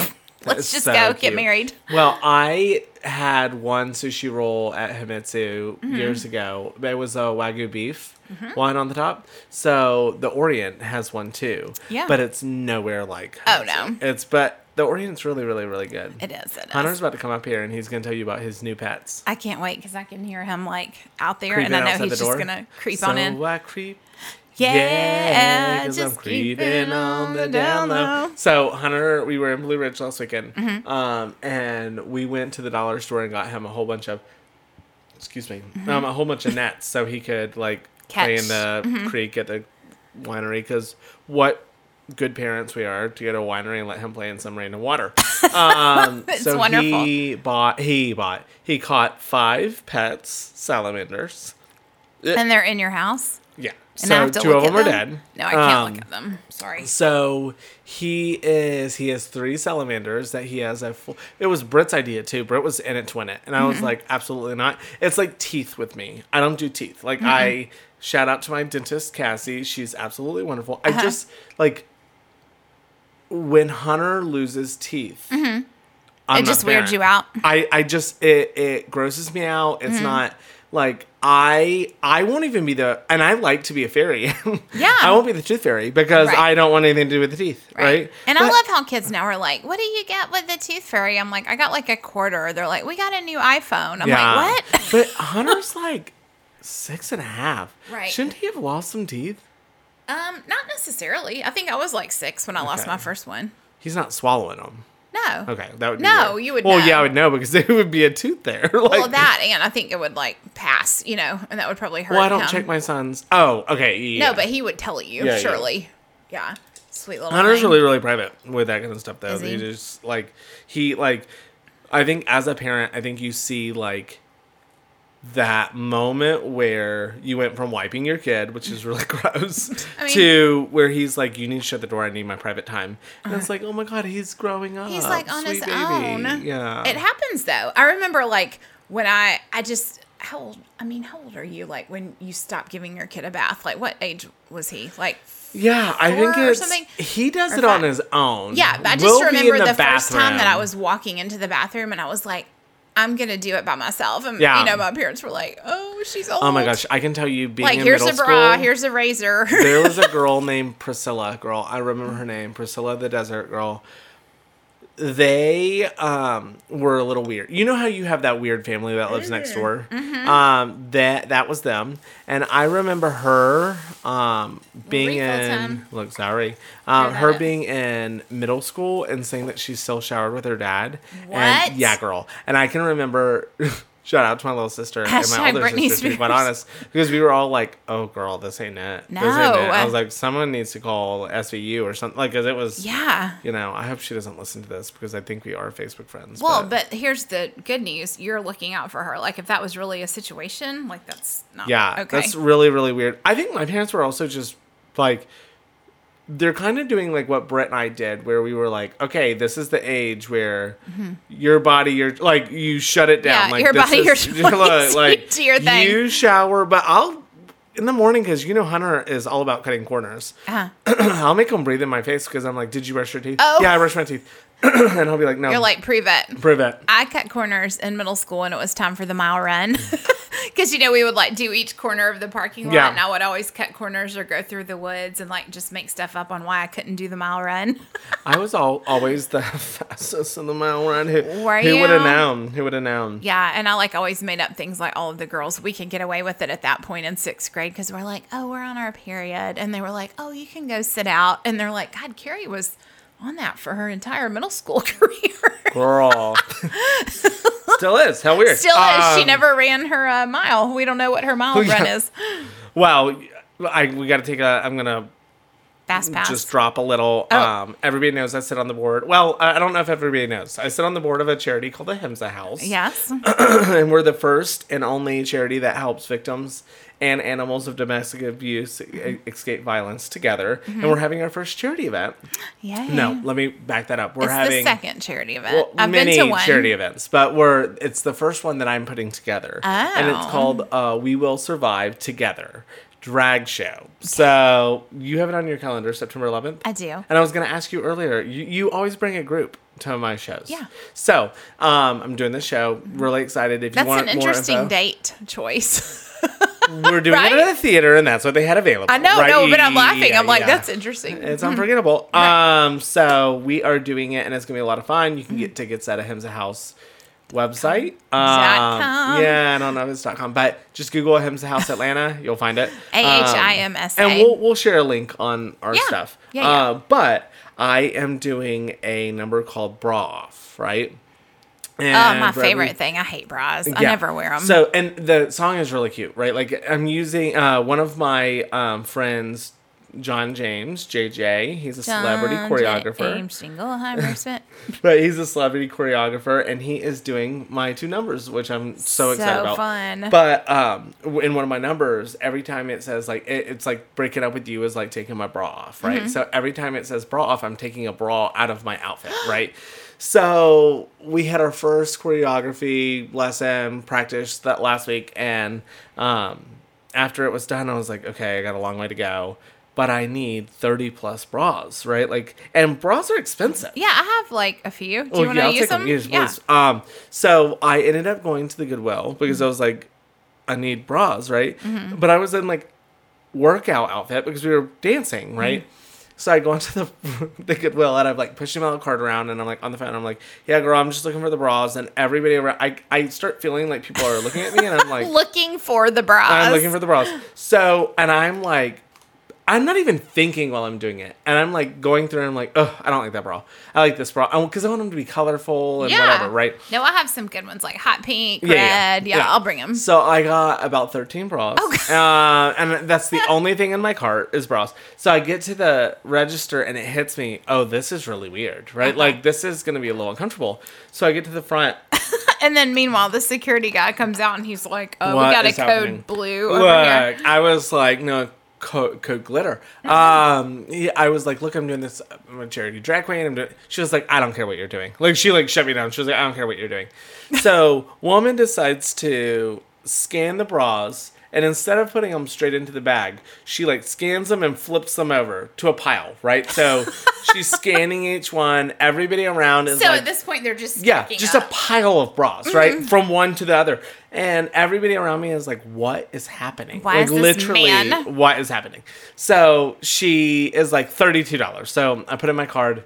[SPEAKER 2] Let's
[SPEAKER 1] It's
[SPEAKER 2] just
[SPEAKER 1] so
[SPEAKER 2] go get
[SPEAKER 1] cute.
[SPEAKER 2] married.
[SPEAKER 1] Well, I had one sushi roll at Himitsu
[SPEAKER 2] Mm-hmm.
[SPEAKER 1] years ago. It was a wagyu beef one on the top. So the Orient has one too.
[SPEAKER 2] Yeah.
[SPEAKER 1] But it's nowhere like.
[SPEAKER 2] Oh,
[SPEAKER 1] Himitsu.
[SPEAKER 2] no.
[SPEAKER 1] It's but The Orient's really, really, really good.
[SPEAKER 2] It is. It
[SPEAKER 1] Hunter's
[SPEAKER 2] is.
[SPEAKER 1] about to come up here and he's going to tell you about his new pets.
[SPEAKER 2] I can't wait because I can hear him like out there,
[SPEAKER 1] Creeping
[SPEAKER 2] and I
[SPEAKER 1] outside
[SPEAKER 2] know he's
[SPEAKER 1] the door.
[SPEAKER 2] just gonna creep
[SPEAKER 1] so
[SPEAKER 2] on in.
[SPEAKER 1] I creep.
[SPEAKER 2] Yeah,
[SPEAKER 1] Yeah, 'cause I'm
[SPEAKER 2] just
[SPEAKER 1] creeping on the down low. So Hunter, we were in Blue Ridge last weekend,
[SPEAKER 2] Mm-hmm.
[SPEAKER 1] um, and we went to the dollar store and got him a whole bunch of, excuse me,
[SPEAKER 2] Mm-hmm.
[SPEAKER 1] um, a whole bunch of nets so he could like play in
[SPEAKER 2] Catch. Mm-hmm.
[SPEAKER 1] the creek at the winery. Because what good parents we are to go to a winery and let him play in some rain and water. Um,
[SPEAKER 2] It's
[SPEAKER 1] so
[SPEAKER 2] wonderful.
[SPEAKER 1] he bought, he bought, he caught five pets salamanders.
[SPEAKER 2] And they're in your house.
[SPEAKER 1] Yeah.
[SPEAKER 2] And
[SPEAKER 1] so
[SPEAKER 2] I have to
[SPEAKER 1] two
[SPEAKER 2] look
[SPEAKER 1] of them
[SPEAKER 2] at
[SPEAKER 1] are dead.
[SPEAKER 2] No, I can't
[SPEAKER 1] Um,
[SPEAKER 2] look at them. Sorry.
[SPEAKER 1] so he is he has three salamanders that he has a full it was Britt's idea too. Britt was in it to win it. And I
[SPEAKER 2] Mm-hmm.
[SPEAKER 1] was like, absolutely not. It's like teeth with me. I don't do teeth. Like
[SPEAKER 2] Mm-hmm.
[SPEAKER 1] I shout out to my dentist Cassie. She's absolutely wonderful.
[SPEAKER 2] Uh-huh.
[SPEAKER 1] I just like when Hunter loses teeth. I'm
[SPEAKER 2] Mm-hmm. It just
[SPEAKER 1] not there.
[SPEAKER 2] weirds you out. Mm-hmm.
[SPEAKER 1] I, I just it it grosses me out. It's not like I I won't even be the and I like to be a fairy.
[SPEAKER 2] Yeah.
[SPEAKER 1] I won't be the tooth fairy because
[SPEAKER 2] Right.
[SPEAKER 1] I don't want anything to do with the teeth. Right.
[SPEAKER 2] And I
[SPEAKER 1] But-
[SPEAKER 2] love how kids now are like, "What do you get with the tooth fairy?" I'm like, "I got like a quarter." They're like, "We got a new iPhone." I'm like, "What?"
[SPEAKER 1] but Hunter's like six and a half.
[SPEAKER 2] Right.
[SPEAKER 1] Shouldn't he have lost some teeth?
[SPEAKER 2] Um, not necessarily. I think I was like six when I lost
[SPEAKER 1] Okay.
[SPEAKER 2] my first one.
[SPEAKER 1] He's not swallowing them.
[SPEAKER 2] No.
[SPEAKER 1] Okay, that would be
[SPEAKER 2] No,
[SPEAKER 1] weird.
[SPEAKER 2] you would
[SPEAKER 1] Well, yeah,
[SPEAKER 2] know.
[SPEAKER 1] I would know because there would be a tooth there. like,
[SPEAKER 2] Well, that and I think it would like pass, you know, and that would probably hurt.
[SPEAKER 1] Well, I don't
[SPEAKER 2] him.
[SPEAKER 1] check my son's. Oh, okay. Yeah.
[SPEAKER 2] No, but he would tell you
[SPEAKER 1] Yeah, yeah.
[SPEAKER 2] surely. Yeah. Sweet little.
[SPEAKER 1] Hunter's
[SPEAKER 2] thing.
[SPEAKER 1] really, really private with that kind of stuff, though.
[SPEAKER 2] Is
[SPEAKER 1] he?
[SPEAKER 2] he?
[SPEAKER 1] just like he like. I think as a parent, I think you see like that moment where you went from wiping your kid, which is really gross,
[SPEAKER 2] I mean-
[SPEAKER 1] to where he's like, "You need to shut the door. I need my private time." And it's like, "Oh my god, he's growing up.
[SPEAKER 2] Uh-huh. He's like on his
[SPEAKER 1] sweet baby."
[SPEAKER 2] own.
[SPEAKER 1] Yeah,
[SPEAKER 2] It happens though. I remember like when I I just how old I mean, how old are you like when you stopped giving your kid a bath? Like what age was he? Like
[SPEAKER 1] yeah. I think
[SPEAKER 2] four or
[SPEAKER 1] it's
[SPEAKER 2] something,
[SPEAKER 1] he does
[SPEAKER 2] or
[SPEAKER 1] it on
[SPEAKER 2] five.
[SPEAKER 1] his own.
[SPEAKER 2] Yeah, but I just
[SPEAKER 1] We'll be in
[SPEAKER 2] remember the, first time that I
[SPEAKER 1] bathroom.
[SPEAKER 2] was walking into the bathroom and I was like, I'm gonna do it by myself. And
[SPEAKER 1] Yeah.
[SPEAKER 2] you know, my parents were like, Oh, she's old.
[SPEAKER 1] Oh my gosh, I can tell you being
[SPEAKER 2] Like
[SPEAKER 1] in
[SPEAKER 2] here's a
[SPEAKER 1] middle
[SPEAKER 2] bra,
[SPEAKER 1] school-
[SPEAKER 2] here's a razor.
[SPEAKER 1] there was a girl named Priscilla. Girl, I remember her name, Priscilla the Desert Girl. They um, were a little weird. You know how you have that weird family that lives next door.
[SPEAKER 2] Mm-hmm.
[SPEAKER 1] Um, that that was them, and I remember her um, being
[SPEAKER 2] Refill
[SPEAKER 1] in.
[SPEAKER 2] time.
[SPEAKER 1] Look, sorry, um,
[SPEAKER 2] that
[SPEAKER 1] her
[SPEAKER 2] is.
[SPEAKER 1] being in middle school and saying that she still showered with her dad.
[SPEAKER 2] What?
[SPEAKER 1] And, yeah, girl. And I can remember. Shout out to my little sister and my
[SPEAKER 2] Hashtag
[SPEAKER 1] older
[SPEAKER 2] Britney
[SPEAKER 1] sister. To be quite
[SPEAKER 2] Spears.
[SPEAKER 1] honest, because we were all like, "Oh, girl, this ain't it."
[SPEAKER 2] No,
[SPEAKER 1] This ain't it. I
[SPEAKER 2] uh,
[SPEAKER 1] was like, someone needs to call SVU or something. Like, because it was,
[SPEAKER 2] yeah.
[SPEAKER 1] you know, I hope she doesn't listen to this because I think we are Facebook friends.
[SPEAKER 2] Well, but here's the good news. You're looking out for her. Like if that was really a situation, like that's not
[SPEAKER 1] yeah,
[SPEAKER 2] okay.
[SPEAKER 1] that's really, really weird. I think my parents were also just like, they're kind of doing like what Brett and I did, where we were like, okay, this is the age where your body, your like, you shut it down.
[SPEAKER 2] Mm-hmm. Yeah,
[SPEAKER 1] like,
[SPEAKER 2] your
[SPEAKER 1] this
[SPEAKER 2] body, your
[SPEAKER 1] is-
[SPEAKER 2] choice. You do your thing.
[SPEAKER 1] You shower, but I'll in the morning because you know Hunter is all about cutting corners.
[SPEAKER 2] Uh-huh.
[SPEAKER 1] I'll make him breathe in my face because I'm like, did you brush your teeth?
[SPEAKER 2] Oh.
[SPEAKER 1] Yeah, I brushed my teeth. and he'll be like, no.
[SPEAKER 2] You're like pre vet.
[SPEAKER 1] prove it.
[SPEAKER 2] I cut corners in middle school and it was time for the mile run. Because, you know, we would like do each corner of the parking lot
[SPEAKER 1] Mm. Yeah.
[SPEAKER 2] and I would always cut corners or go through the woods and like just make stuff up on why I couldn't do the mile run.
[SPEAKER 1] I was all, always the fastest in the mile run. Who,
[SPEAKER 2] Were
[SPEAKER 1] who would have
[SPEAKER 2] you?
[SPEAKER 1] known? Who would have known?
[SPEAKER 2] yeah. And I like always made up things like all of the girls, we could get away with it at that point in sixth grade because we're like, oh, we're on our period. And they were like, oh, you can go sit out. And they're like, God, Carrie was on that for her entire middle school career.
[SPEAKER 1] Girl. Still is. How weird.
[SPEAKER 2] Still is. She
[SPEAKER 1] Um,
[SPEAKER 2] never ran her uh, mile. We don't know what her mile
[SPEAKER 1] yeah.
[SPEAKER 2] run is.
[SPEAKER 1] Well, I, we got to take a, I'm going to
[SPEAKER 2] Fast pass.
[SPEAKER 1] just drop a little.
[SPEAKER 2] Oh.
[SPEAKER 1] Um, everybody knows I sit on the board. Well, I I don't know if everybody knows. I sit on the board of a charity called the Himsa House.
[SPEAKER 2] yes.
[SPEAKER 1] and we're the first and only charity that helps victims and animals of domestic abuse e- escape violence together.
[SPEAKER 2] Mm-hmm.
[SPEAKER 1] And we're having our first charity event.
[SPEAKER 2] Yay.
[SPEAKER 1] No, let me back that up. We're
[SPEAKER 2] It's
[SPEAKER 1] having
[SPEAKER 2] the second charity event.
[SPEAKER 1] well,
[SPEAKER 2] I've
[SPEAKER 1] many
[SPEAKER 2] been to one.
[SPEAKER 1] charity events, but we're it's the first one that I'm putting together, and it's
[SPEAKER 2] Oh.
[SPEAKER 1] called uh, "We Will Survive Together." Drag show. So you have it on your calendar, September 11th.
[SPEAKER 2] I do.
[SPEAKER 1] And I was going to ask you earlier, you, you always bring a group to my shows.
[SPEAKER 2] Yeah.
[SPEAKER 1] So um, I'm doing this show. Really excited. If
[SPEAKER 2] That's
[SPEAKER 1] you want
[SPEAKER 2] an
[SPEAKER 1] more
[SPEAKER 2] interesting
[SPEAKER 1] info,
[SPEAKER 2] date choice.
[SPEAKER 1] We're doing it at a theater, and that's what they had available.
[SPEAKER 2] I know,
[SPEAKER 1] Right?
[SPEAKER 2] no, but I'm laughing.
[SPEAKER 1] Yeah,
[SPEAKER 2] I'm like,
[SPEAKER 1] yeah.
[SPEAKER 2] that's interesting.
[SPEAKER 1] It's unforgettable. Um, so we are doing it, and it's gonna be a lot of fun. You
[SPEAKER 2] Hmm.
[SPEAKER 1] can get tickets at a Himsa House website. Um,
[SPEAKER 2] com.
[SPEAKER 1] Yeah, I don't know if it's dot .com, but just Google Himsa House Atlanta. You'll find it.
[SPEAKER 2] A H I M
[SPEAKER 1] Um,
[SPEAKER 2] S A.
[SPEAKER 1] And we'll we'll share a link on our
[SPEAKER 2] Yeah.
[SPEAKER 1] stuff.
[SPEAKER 2] Yeah, yeah.
[SPEAKER 1] Uh, but I am doing a number called Bra Off, right?
[SPEAKER 2] Oh,
[SPEAKER 1] And
[SPEAKER 2] my
[SPEAKER 1] for every-
[SPEAKER 2] favorite thing. I hate bras. I
[SPEAKER 1] yeah.
[SPEAKER 2] never wear them.
[SPEAKER 1] So, and the song is really cute, right? Like, I'm using uh, one of my um, friends, John James, JJ. He's a celebrity choreographer,
[SPEAKER 2] Singleheimer
[SPEAKER 1] but he's a celebrity choreographer, and he is doing my two numbers, which I'm so excited
[SPEAKER 2] So
[SPEAKER 1] about.
[SPEAKER 2] fun.
[SPEAKER 1] But um, w- in one of my numbers, every time it says like it, it's like breaking up with you is like taking my bra off, right? So every time it says bra off, I'm taking a bra out of my outfit, right? So we had our first choreography lesson practice that last week, and um, after it was done, I was like, okay, I got a long way to go. But I need 30 plus bras, right? Like, and bras are expensive.
[SPEAKER 2] Yeah, I have like a few. Do you
[SPEAKER 1] Oh,
[SPEAKER 2] want to
[SPEAKER 1] I'll
[SPEAKER 2] use
[SPEAKER 1] take
[SPEAKER 2] them?
[SPEAKER 1] Yes,
[SPEAKER 2] yeah.
[SPEAKER 1] please. Um, so I ended up going to the Goodwill because I was like, I need bras, right?
[SPEAKER 2] Mm-hmm.
[SPEAKER 1] But I was in like workout outfit because we were dancing,
[SPEAKER 2] Mm-hmm.
[SPEAKER 1] right? So I go into the the Goodwill and I'm like pushing my card around and I'm like on the phone. I'm like, yeah, girl, I'm just looking for the bras. And everybody around, I, I start feeling like people are looking at me and I'm like,
[SPEAKER 2] Looking for the bras.
[SPEAKER 1] I'm looking for the bras. So, and I'm like, I'm not even thinking while I'm doing it. And I'm like going through and I'm like, oh, I don't like that bra. I like this bra. Because I want them to be colorful and whatever, right?
[SPEAKER 2] No, I have some good ones like hot pink,
[SPEAKER 1] Yeah, yeah,
[SPEAKER 2] red. Yeah,
[SPEAKER 1] yeah.
[SPEAKER 2] I'll bring Oh, them.
[SPEAKER 1] So I got about 13 bras. uh, and that's the only thing in my cart is bras. So I get to the register and it hits me, oh, this is really weird, right?
[SPEAKER 2] Uh-huh.
[SPEAKER 1] Like, this is going to be a little uncomfortable. So I get to the front
[SPEAKER 2] And then meanwhile, the security guy comes out and he's like, oh, we
[SPEAKER 1] What
[SPEAKER 2] got a
[SPEAKER 1] is
[SPEAKER 2] code
[SPEAKER 1] happening?
[SPEAKER 2] blue over here.
[SPEAKER 1] Look, I was like, no, code, code glitter. Um, yeah, I was like, look, I'm doing this. I'm a charity drag queen. I'm doing. She was like, I don't care what you're doing. Like she like shut me down. She was like, I don't care what you're doing. So woman decides to scan the bras. And instead of putting them straight into the bag, she like scans them and flips them over to a pile, right? So she's scanning each one. Everybody around is
[SPEAKER 2] So
[SPEAKER 1] like,
[SPEAKER 2] at this point, they're just
[SPEAKER 1] yeah,
[SPEAKER 2] stacking
[SPEAKER 1] just a
[SPEAKER 2] up. Mm-hmm.
[SPEAKER 1] pile of bras, right? From one to the other. And everybody around me is like, what is happening?
[SPEAKER 2] Why
[SPEAKER 1] like,
[SPEAKER 2] is this man-
[SPEAKER 1] what is happening? So she is like, $32. So I put in my card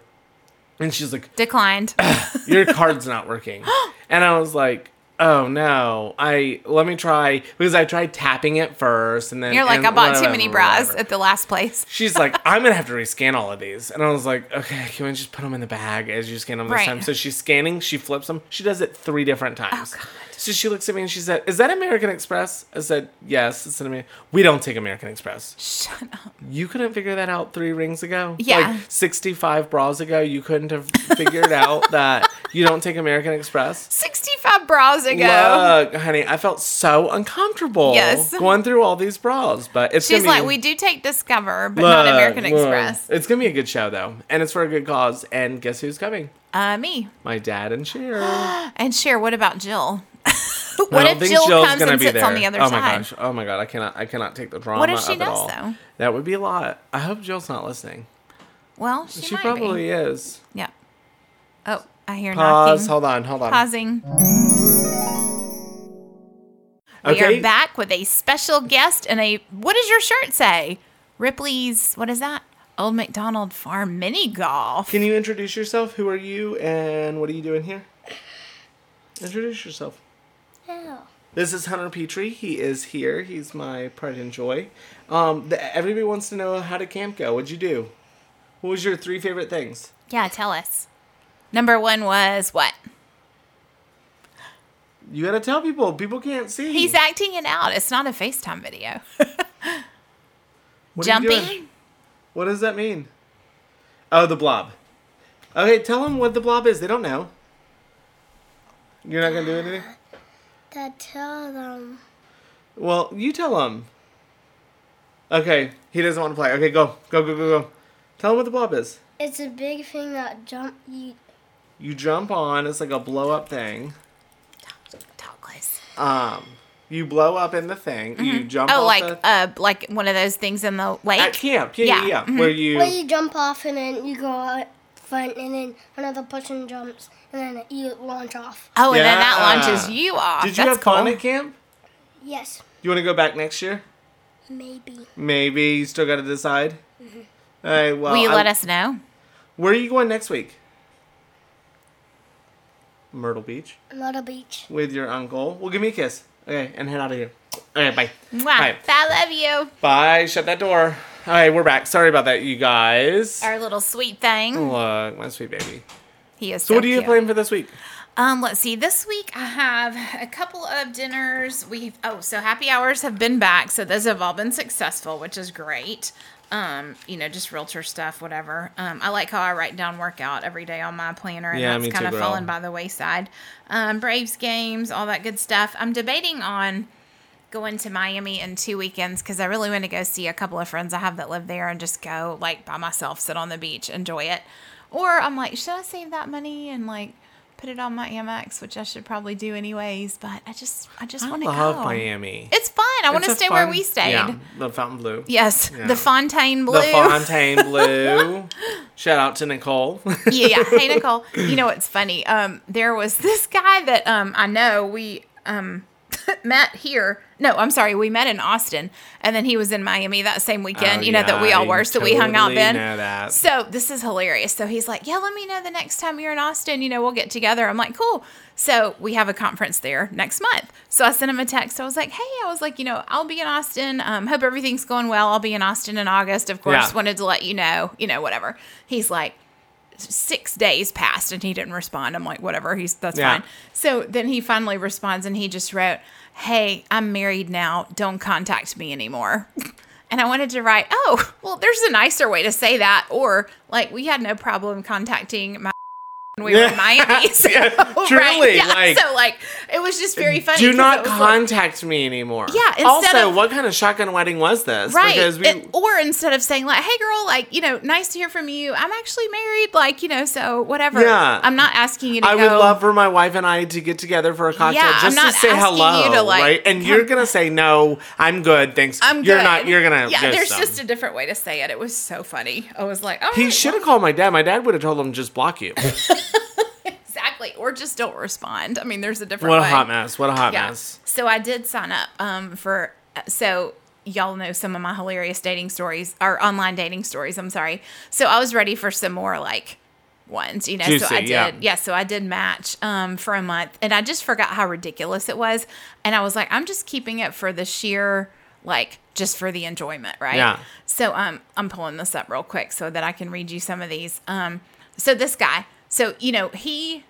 [SPEAKER 1] and she's like,
[SPEAKER 2] declined.
[SPEAKER 1] your card's not working. And I was like, oh no, I let me try because I tried tapping it first and then
[SPEAKER 2] You're like,
[SPEAKER 1] and
[SPEAKER 2] I bought too
[SPEAKER 1] whatever,
[SPEAKER 2] many bras
[SPEAKER 1] whatever."
[SPEAKER 2] at the last place.
[SPEAKER 1] She's like, I'm gonna have to rescan all of these, and I was like, okay, can we just put them in the bag as you scan them this
[SPEAKER 2] Right. Oh,
[SPEAKER 1] time? So she's scanning, she flips them, she does it three different times.
[SPEAKER 2] God.
[SPEAKER 1] So she looks at me and she said, "Is that American Express?" I said, "Yes, it's an American. We don't take American Express.
[SPEAKER 2] Shut up.
[SPEAKER 1] You couldn't figure that out three rings ago.
[SPEAKER 2] Yeah.
[SPEAKER 1] like 65 bras ago, you couldn't have figured out that you don't take American Express."
[SPEAKER 2] 65 bras ago.
[SPEAKER 1] Look, honey, I felt so uncomfortable
[SPEAKER 2] Yes.
[SPEAKER 1] going through all these bras, but it's
[SPEAKER 2] She's
[SPEAKER 1] gonna be-
[SPEAKER 2] like, we do take Discover, but not
[SPEAKER 1] Look,
[SPEAKER 2] American
[SPEAKER 1] look.
[SPEAKER 2] Express.
[SPEAKER 1] It's gonna be a good show though, and it's for a good cause. And guess who's coming?
[SPEAKER 2] Uh, me.
[SPEAKER 1] My dad and Cher.
[SPEAKER 2] And Cher, what about Jill? what
[SPEAKER 1] I don't
[SPEAKER 2] if
[SPEAKER 1] think
[SPEAKER 2] Jill
[SPEAKER 1] Jill's
[SPEAKER 2] comes
[SPEAKER 1] gonna
[SPEAKER 2] and
[SPEAKER 1] be
[SPEAKER 2] sits on
[SPEAKER 1] there.
[SPEAKER 2] the other
[SPEAKER 1] oh
[SPEAKER 2] side?
[SPEAKER 1] my gosh! Oh my god! I cannot! I cannot take the drama.
[SPEAKER 2] What if she
[SPEAKER 1] of it
[SPEAKER 2] does,
[SPEAKER 1] all.
[SPEAKER 2] though?
[SPEAKER 1] That would be a lot. I hope Jill's not listening.
[SPEAKER 2] Well, she,
[SPEAKER 1] She,
[SPEAKER 2] might
[SPEAKER 1] probably
[SPEAKER 2] be.
[SPEAKER 1] is.
[SPEAKER 2] Yeah. Oh, I hear
[SPEAKER 1] Pause.
[SPEAKER 2] knocking.
[SPEAKER 1] Hold on. Hold on.
[SPEAKER 2] Pausing. We are back with a special guest and a what does your shirt say? Ripley's what is that? Old McDonald Farm mini golf.
[SPEAKER 1] Can you introduce yourself? Who are you, and what are you doing here? Introduce yourself.
[SPEAKER 3] Oh.
[SPEAKER 1] This is Hunter Petrie. He is here. He's my pride and joy. Um, the, everybody wants to know how did camp go? What'd you do? What was your three favorite things?
[SPEAKER 2] Yeah, tell us. Number one was what?
[SPEAKER 1] You gotta tell people. People can't see.
[SPEAKER 2] He's acting it out. It's not a FaceTime video.
[SPEAKER 1] What are you doing?
[SPEAKER 2] Jumping.
[SPEAKER 1] What does that mean? Oh, the blob. Okay, tell them what the blob is. They don't know. You're not gonna do anything.
[SPEAKER 3] To tell them.
[SPEAKER 1] Well, you tell him. Okay, he doesn't want to play. Okay, go, go, go, go, go. Tell him what the blob is.
[SPEAKER 3] It's a big thing that jump you
[SPEAKER 1] You jump on. It's like a blow up thing.
[SPEAKER 2] Douglas.
[SPEAKER 1] Um, you blow up in the thing. You jump.
[SPEAKER 2] Oh,
[SPEAKER 1] off
[SPEAKER 2] like
[SPEAKER 1] the,
[SPEAKER 2] uh, like one of those things in the lake.
[SPEAKER 1] at camp. Yeah,
[SPEAKER 2] yeah,
[SPEAKER 1] yeah, yeah. Where
[SPEAKER 3] where
[SPEAKER 1] you
[SPEAKER 3] you jump off and then you go out front and then another person jumps and then you launch off.
[SPEAKER 2] oh, and then that
[SPEAKER 1] Yeah.
[SPEAKER 2] launches you off.
[SPEAKER 1] did you
[SPEAKER 2] That's
[SPEAKER 1] have
[SPEAKER 2] cool.
[SPEAKER 1] fun at camp?
[SPEAKER 3] Yes.
[SPEAKER 1] You want to go back next year?
[SPEAKER 3] Maybe.
[SPEAKER 1] Maybe you still got to decide. All right. Well,
[SPEAKER 2] Mm-hmm. Will you
[SPEAKER 1] I-
[SPEAKER 2] let us know?
[SPEAKER 1] Where are you going next week? Myrtle Beach
[SPEAKER 3] Myrtle Beach.
[SPEAKER 1] with your uncle. Well, give me a kiss. Okay, and head out of here. Okay, bye.
[SPEAKER 2] Mwah.
[SPEAKER 1] Bye.
[SPEAKER 2] I love you.
[SPEAKER 1] Bye. Shut that door. All right, we're back. Sorry about that, you guys.
[SPEAKER 2] Our little sweet thing.
[SPEAKER 1] Look, my sweet baby.
[SPEAKER 2] He is so,
[SPEAKER 1] So, what are you
[SPEAKER 2] cute.
[SPEAKER 1] playing for this week?
[SPEAKER 2] Um, let's see. This week I have a couple of dinners. We've oh, so happy hours have been back, so those have all been successful, which is great. Um, you know, just realtor stuff, whatever. Um, I like how I write down workout every day on my planner, and
[SPEAKER 1] Yeah, me
[SPEAKER 2] that's
[SPEAKER 1] too,
[SPEAKER 2] kind of
[SPEAKER 1] girl.
[SPEAKER 2] fallen by the wayside. Um, Braves games, all that good stuff. I'm debating on going to Miami in two weekends because I really want to go see a couple of friends I have that live there and just go like by myself, sit on the beach, enjoy it. Or I'm like, should I save that money and like put it on my Amex, which I should probably do anyways. But I just, I just
[SPEAKER 1] I
[SPEAKER 2] want to go.
[SPEAKER 1] love Miami.
[SPEAKER 2] It's fun. I want to
[SPEAKER 1] It's a
[SPEAKER 2] stay where
[SPEAKER 1] fun-
[SPEAKER 2] we stayed.
[SPEAKER 1] Yeah, the Fountain Blue.
[SPEAKER 2] Yes,
[SPEAKER 1] Yeah.
[SPEAKER 2] the Fontainebleau.
[SPEAKER 1] The Fontaine Blue. Shout out to Nicole.
[SPEAKER 2] yeah, yeah. Hey Nicole. You know what's funny? Um, there was this guy that um I know we um met here. No, I'm sorry, we met in Austin, and then he was in Miami that same weekend.
[SPEAKER 1] Oh,
[SPEAKER 2] you know that we
[SPEAKER 1] yeah,
[SPEAKER 2] all
[SPEAKER 1] I
[SPEAKER 2] were, so we hung out
[SPEAKER 1] totally
[SPEAKER 2] then.
[SPEAKER 1] know that.
[SPEAKER 2] So this is hilarious. So he's like, "Yeah, let me know the next time you're in Austin. You know, we'll get together." I'm like, "Cool." So we have a conference there next month. So I sent him a text. I was like, "Hey," I was like, "You know, I'll be in Austin. Um, hope everything's going well. I'll be in Austin in August, of course.
[SPEAKER 1] Yeah.
[SPEAKER 2] Wanted to let you know. You know, whatever." He's like, six days passed and he didn't respond. I'm like, whatever, he's that's
[SPEAKER 1] Yeah.
[SPEAKER 2] fine. So then he finally responds and he just wrote, Hey, I'm married now. Don't contact me anymore. And I wanted to write, Oh, well, there's a nicer way to say that. Or like, we had no problem contacting my. When we were in
[SPEAKER 1] Yeah.
[SPEAKER 2] Miami, so,
[SPEAKER 1] Yeah,
[SPEAKER 2] right?
[SPEAKER 1] truly,
[SPEAKER 2] Yeah,
[SPEAKER 1] like-
[SPEAKER 2] so like it was just very funny.
[SPEAKER 1] Do
[SPEAKER 2] 'cause
[SPEAKER 1] not
[SPEAKER 2] it was like-
[SPEAKER 1] contact me anymore.
[SPEAKER 2] instead
[SPEAKER 1] Also,
[SPEAKER 2] of-
[SPEAKER 1] what kind of shotgun wedding was this?
[SPEAKER 2] right
[SPEAKER 1] Because we,
[SPEAKER 2] It- or instead of saying like hey girl like you know nice to hear from you i'm actually married like you know so whatever
[SPEAKER 1] Yeah.
[SPEAKER 2] i'm not asking you to
[SPEAKER 1] I
[SPEAKER 2] go,
[SPEAKER 1] would love for my wife and I to get together for a cocktail
[SPEAKER 2] Yeah, I'm
[SPEAKER 1] just
[SPEAKER 2] not
[SPEAKER 1] to say
[SPEAKER 2] asking
[SPEAKER 1] hello,
[SPEAKER 2] you to, like,
[SPEAKER 1] right? And you're gonna say no. I'm good, thanks.
[SPEAKER 2] i'm
[SPEAKER 1] you're
[SPEAKER 2] good.
[SPEAKER 1] not. You're gonna.
[SPEAKER 2] yeah
[SPEAKER 1] go
[SPEAKER 2] there's
[SPEAKER 1] some.
[SPEAKER 2] just a different way to say it it was so funny i was like oh
[SPEAKER 1] he should have called my dad. My dad would have told him just block you.
[SPEAKER 2] exactly or just don't respond i mean there's a different
[SPEAKER 1] What a
[SPEAKER 2] way
[SPEAKER 1] hot mess. What a hot
[SPEAKER 2] yeah.
[SPEAKER 1] mess.
[SPEAKER 2] So I did sign up um, for so y'all know some of my hilarious dating stories or online dating stories. I'm sorry. So I was ready for some more like ones, you know. so
[SPEAKER 1] Juicy,
[SPEAKER 2] I did,
[SPEAKER 1] yeah.
[SPEAKER 2] yeah. So I did match um, for a month, and I just forgot how ridiculous it was, and I was like, I'm just keeping it for the sheer like just for the enjoyment, right?
[SPEAKER 1] Yeah.
[SPEAKER 2] So um, I'm pulling this up real quick so that I can read you some of these. Um, so this guy, so you know he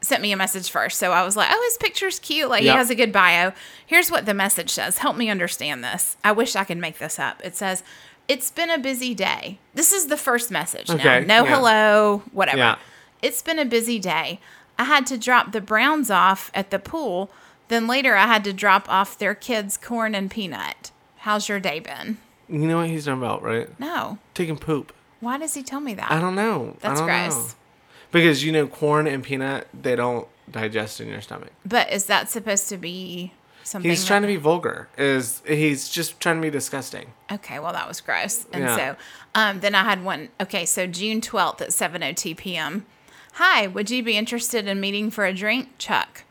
[SPEAKER 2] sent me a message first. So I was like, oh, his picture's cute. Like
[SPEAKER 1] Yeah.
[SPEAKER 2] he has a good bio. Here's what the message says. Help me understand this. I wish I could make this up. It says, it's been a busy day. This is the first message
[SPEAKER 1] Okay,
[SPEAKER 2] now. No
[SPEAKER 1] yeah.
[SPEAKER 2] hello, whatever.
[SPEAKER 1] Yeah.
[SPEAKER 2] It's been a busy day. I had to drop the Browns off at the pool. Then later I had to drop off their kids corn and peanut. How's your day been?
[SPEAKER 1] You know what he's talking about, right?
[SPEAKER 2] No.
[SPEAKER 1] Taking poop.
[SPEAKER 2] Why does he tell me that?
[SPEAKER 1] I don't know. I
[SPEAKER 2] That's
[SPEAKER 1] don't
[SPEAKER 2] gross.
[SPEAKER 1] know. Because you know, corn and peanut, they don't digest in your stomach.
[SPEAKER 2] but is that supposed to be something?
[SPEAKER 1] He's trying to be vulgar. Is he's just trying to be disgusting?
[SPEAKER 2] Okay, well that was gross. And
[SPEAKER 1] Yeah.
[SPEAKER 2] so um, then I had one okay, so June twelfth at seven oh two PM. Hi, would you be interested in meeting for a drink? Chuck.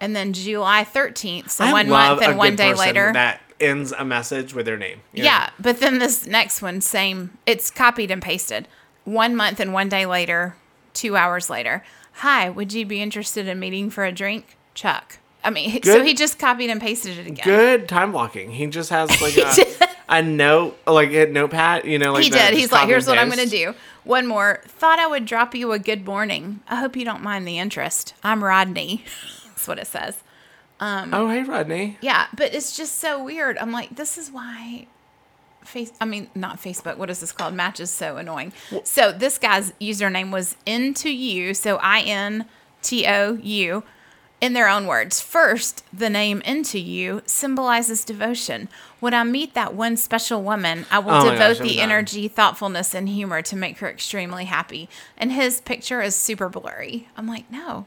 [SPEAKER 2] And then July thirteenth, so
[SPEAKER 1] I
[SPEAKER 2] one
[SPEAKER 1] love
[SPEAKER 2] month
[SPEAKER 1] a
[SPEAKER 2] and one
[SPEAKER 1] good
[SPEAKER 2] day
[SPEAKER 1] person
[SPEAKER 2] later.
[SPEAKER 1] that ends a message with their name. you
[SPEAKER 2] yeah.
[SPEAKER 1] know?
[SPEAKER 2] but then this next one, same it's copied and pasted. One month and one day later, two hours later. Hi, would you be interested in meeting for a drink? Chuck. I mean, he- so
[SPEAKER 1] Good.
[SPEAKER 2] he just copied and pasted it again.
[SPEAKER 1] good time blocking. He just has like a, a note, like a notepad, you know, like
[SPEAKER 2] he
[SPEAKER 1] that
[SPEAKER 2] did.
[SPEAKER 1] just
[SPEAKER 2] He's like,
[SPEAKER 1] copy
[SPEAKER 2] here's
[SPEAKER 1] and
[SPEAKER 2] what I'm
[SPEAKER 1] paste."
[SPEAKER 2] going to do. One more. Thought I would drop you a good morning. I hope you don't mind the interest. I'm Rodney. That's what it says.
[SPEAKER 1] Oh, hey, Rodney.
[SPEAKER 2] Yeah, but it's just so weird. I'm like, this is why. Face, I mean, not Facebook. What is this called? Match is so annoying. So this guy's username was into you. So I N T O U. In their own words, first, the name into you symbolizes devotion. When I meet that one special woman, I will
[SPEAKER 1] Oh my
[SPEAKER 2] devote
[SPEAKER 1] gosh, I'm
[SPEAKER 2] the
[SPEAKER 1] done.
[SPEAKER 2] energy, thoughtfulness, and humor to make her extremely happy. And his picture is super blurry. I'm like, no,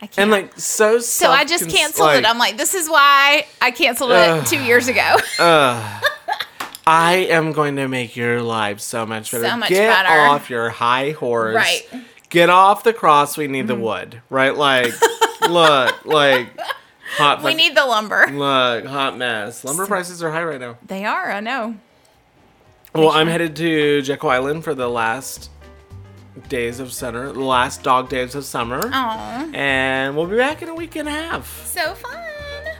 [SPEAKER 2] I can't.
[SPEAKER 1] And like so.
[SPEAKER 2] So I just canceled it. I'm like, this is why I canceled it two years ago.
[SPEAKER 1] I am going to make your life so much better.
[SPEAKER 2] much
[SPEAKER 1] Get
[SPEAKER 2] better.
[SPEAKER 1] off your high horse.
[SPEAKER 2] Right. Mm-hmm.
[SPEAKER 1] Get off the cross. We need the wood. Right. Like, look. Like, Hot.
[SPEAKER 2] We
[SPEAKER 1] fuck-
[SPEAKER 2] need the lumber.
[SPEAKER 1] Look, hot mess. Lumber prices are high right now.
[SPEAKER 2] They are, I know.
[SPEAKER 1] Well, I'm headed to Jekyll Island for the last days of summer, the last dog days of summer.
[SPEAKER 2] Aw.
[SPEAKER 1] And we'll be back in a week and a half.
[SPEAKER 2] So fun.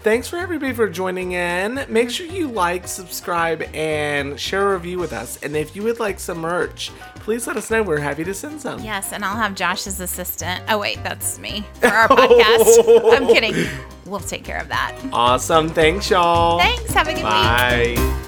[SPEAKER 1] Thanks for everybody for joining in. Make sure you like, subscribe, and share a review with us. And if you would like some merch, please let us know. We're happy to send some.
[SPEAKER 2] Yes, and I'll have Josh's assistant. Oh wait, that's me for our podcast. I'm kidding. We'll take care of that.
[SPEAKER 1] Awesome. Thanks, y'all.
[SPEAKER 2] Thanks. Have a good week.
[SPEAKER 1] Oh, Bye.